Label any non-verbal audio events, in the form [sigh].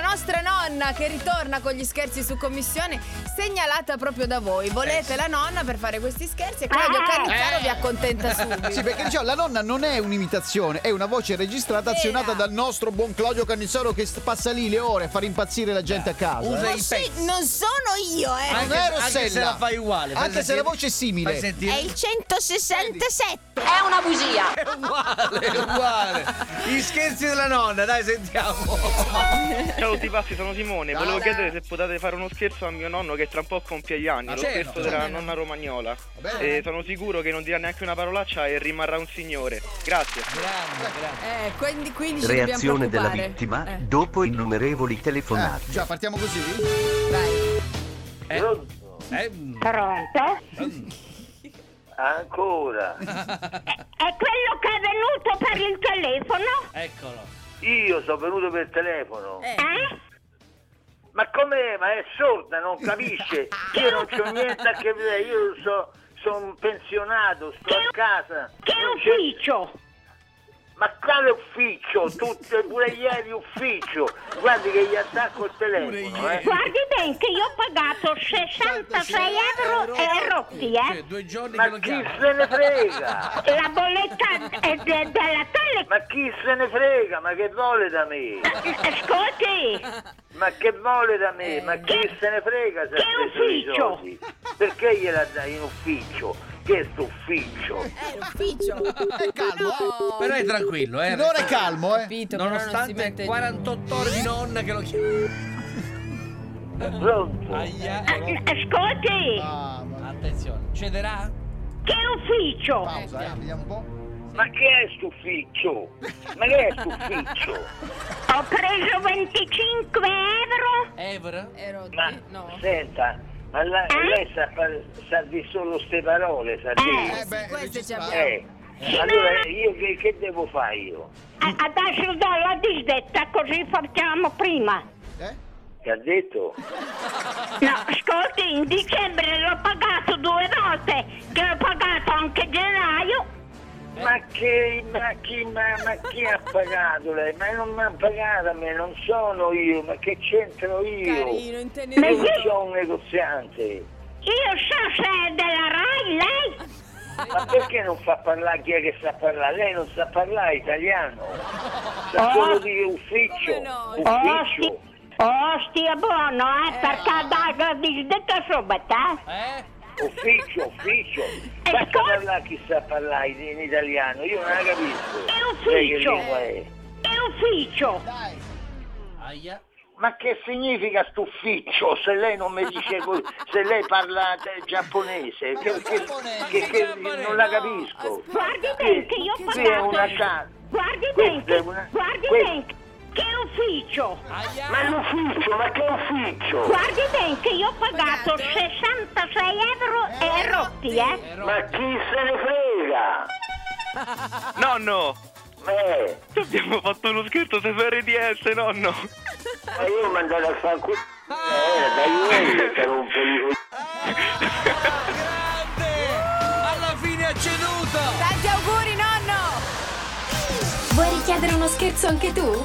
nostra nonna che ritorna con gli scherzi su commissione, segnalata proprio da voi. Volete la nonna per fare questi scherzi e Claudio Carnizzaro Eh. vi accontenta subito. Sì, perché diciamo, la nonna non è un'imitazione, è una voce registrata Vera. azionata dal nostro buon Claudio Cannissaro che st- passa lì le ore a far impazzire la gente a casa. eh. Usa Non, i so- pezzi. non sono io, eh. non anche, è se- anche Rossella. se la fai uguale. fai Anche se la sentire- voce è simile. Fai sentire. È il 167. È una bugia. È uguale, è uguale. Gli scherzi della nonna, dai, sentiamo. Ciao Tipassi, sono Simone. Ciao. Volevo chiedere se potete fare uno scherzo a mio nonno che tra un po' compie gli anni. Ah, Lo certo, scherzo della nonna romagnola. bene. E sono sicuro che non dirà neanche una parolaccia e rimarrà un signore. Grazie. Grande, grande. Eh, quindi, quindi ci Reazione dobbiamo della preoccupare. vittima Eh, dopo innumerevoli Ah, telefonate. già, partiamo così. vai. Eh, mm, Pronto? [laughs] Ancora? È quello che è venuto per il telefono? eccolo. Io sono venuto per telefono. Eh, Eh? Ma com'è? Ma è sorda, non capisce. Io non c'ho niente a che vedere, io so, sono pensionato, sto a casa. Che Non c'è- ufficio? Ma quale ufficio? Tutte pure ieri ufficio. Guardi che gli attacco il telefono, eh. Guardi bene che io ho pagato 66 euro e rotti, Cioè, eh? due giorni che Ma lo chi chiamo. se ne frega? La bolletta è de- della tele... Ma chi se ne frega? Ma che vuole da me? eh, Ascolti, Ma che vuole da me? Ma chi se ne frega se Che ha preso i ufficio? soldi? Perché gliela dai in ufficio? Che ufficio? eh, l'ufficio. È calmo, No. Però è tranquillo, eh. Finora è calmo, eh. Capito, però non si Nonostante mette giù. 48 ore di nonna che lo chiama. Pronto? Aia. eh, ascolti, Ah, ma- Attenzione, cederà? che ufficio? Pausa, eh, vediamo un po'. Ma che è stufficcio? Ma che è stufficcio? Ho preso 25 euro? Ever? Ero Ma Eh, [laughs] no. senta, ma la- Eh? lei sa, fare- sa di solo ste parole, sa Eh. di... Eh, Queste beh, ci registrate. abbiamo. Eh. Allora io che, che devo fare io? A- eh, Adesso do la disdetta così facciamo prima. Eh? Che ha detto? No, ascolti, in dicembre l'ho pagato due volte, che ho pagato anche gennaio. Ma che, ma chi, ma, ma chi ha pagato lei? Ma non mi ha pagato a me, non sono io, ma che c'entro io? Carino, Ma Io intenerito. non io- sono un negoziante. Io so se è della RAI lei. Ma perché non fa parlare chi è che sa parlare? Lei non sa parlare italiano. Sa solo di ufficio. Come no? Oh, sti, Ufficio. oh, stia buono, eh, perché dai la disdetta subito, eh. Eh? Ufficio, ufficio. E Basta cosa- parlare chi sa parlare in, in italiano, io non la capisco. È Lei che ufficio. lingua è? Che ufficio? Aia. Ma che significa stufficcio se lei non mi dice co- se lei parla eh, giapponese? Ma Che, che che- Ma giapponese? che- che che- giapponese? non la No, capisco. aspetta. Eh, Guardi bene che io ho Qui è una pagato. casa. Guardi bene, Questa è che- una- guardi questa- bene. Che ufficio? Aia. Ma è un ufficio, ma che ufficio? Guardi bene che io ho pagato Pagato? 66 euro e rotti, eh. Eh, Ma chi se ne frega? Nonno! Eh, Abbiamo fatto uno scherzo TFRDS, nonno! ma io mi andavo a fare qui. Eh, da ieri che non perico. Grande! Alla fine ha ceduto! Tanti auguri, nonno! Vuoi richiedere uno scherzo anche tu?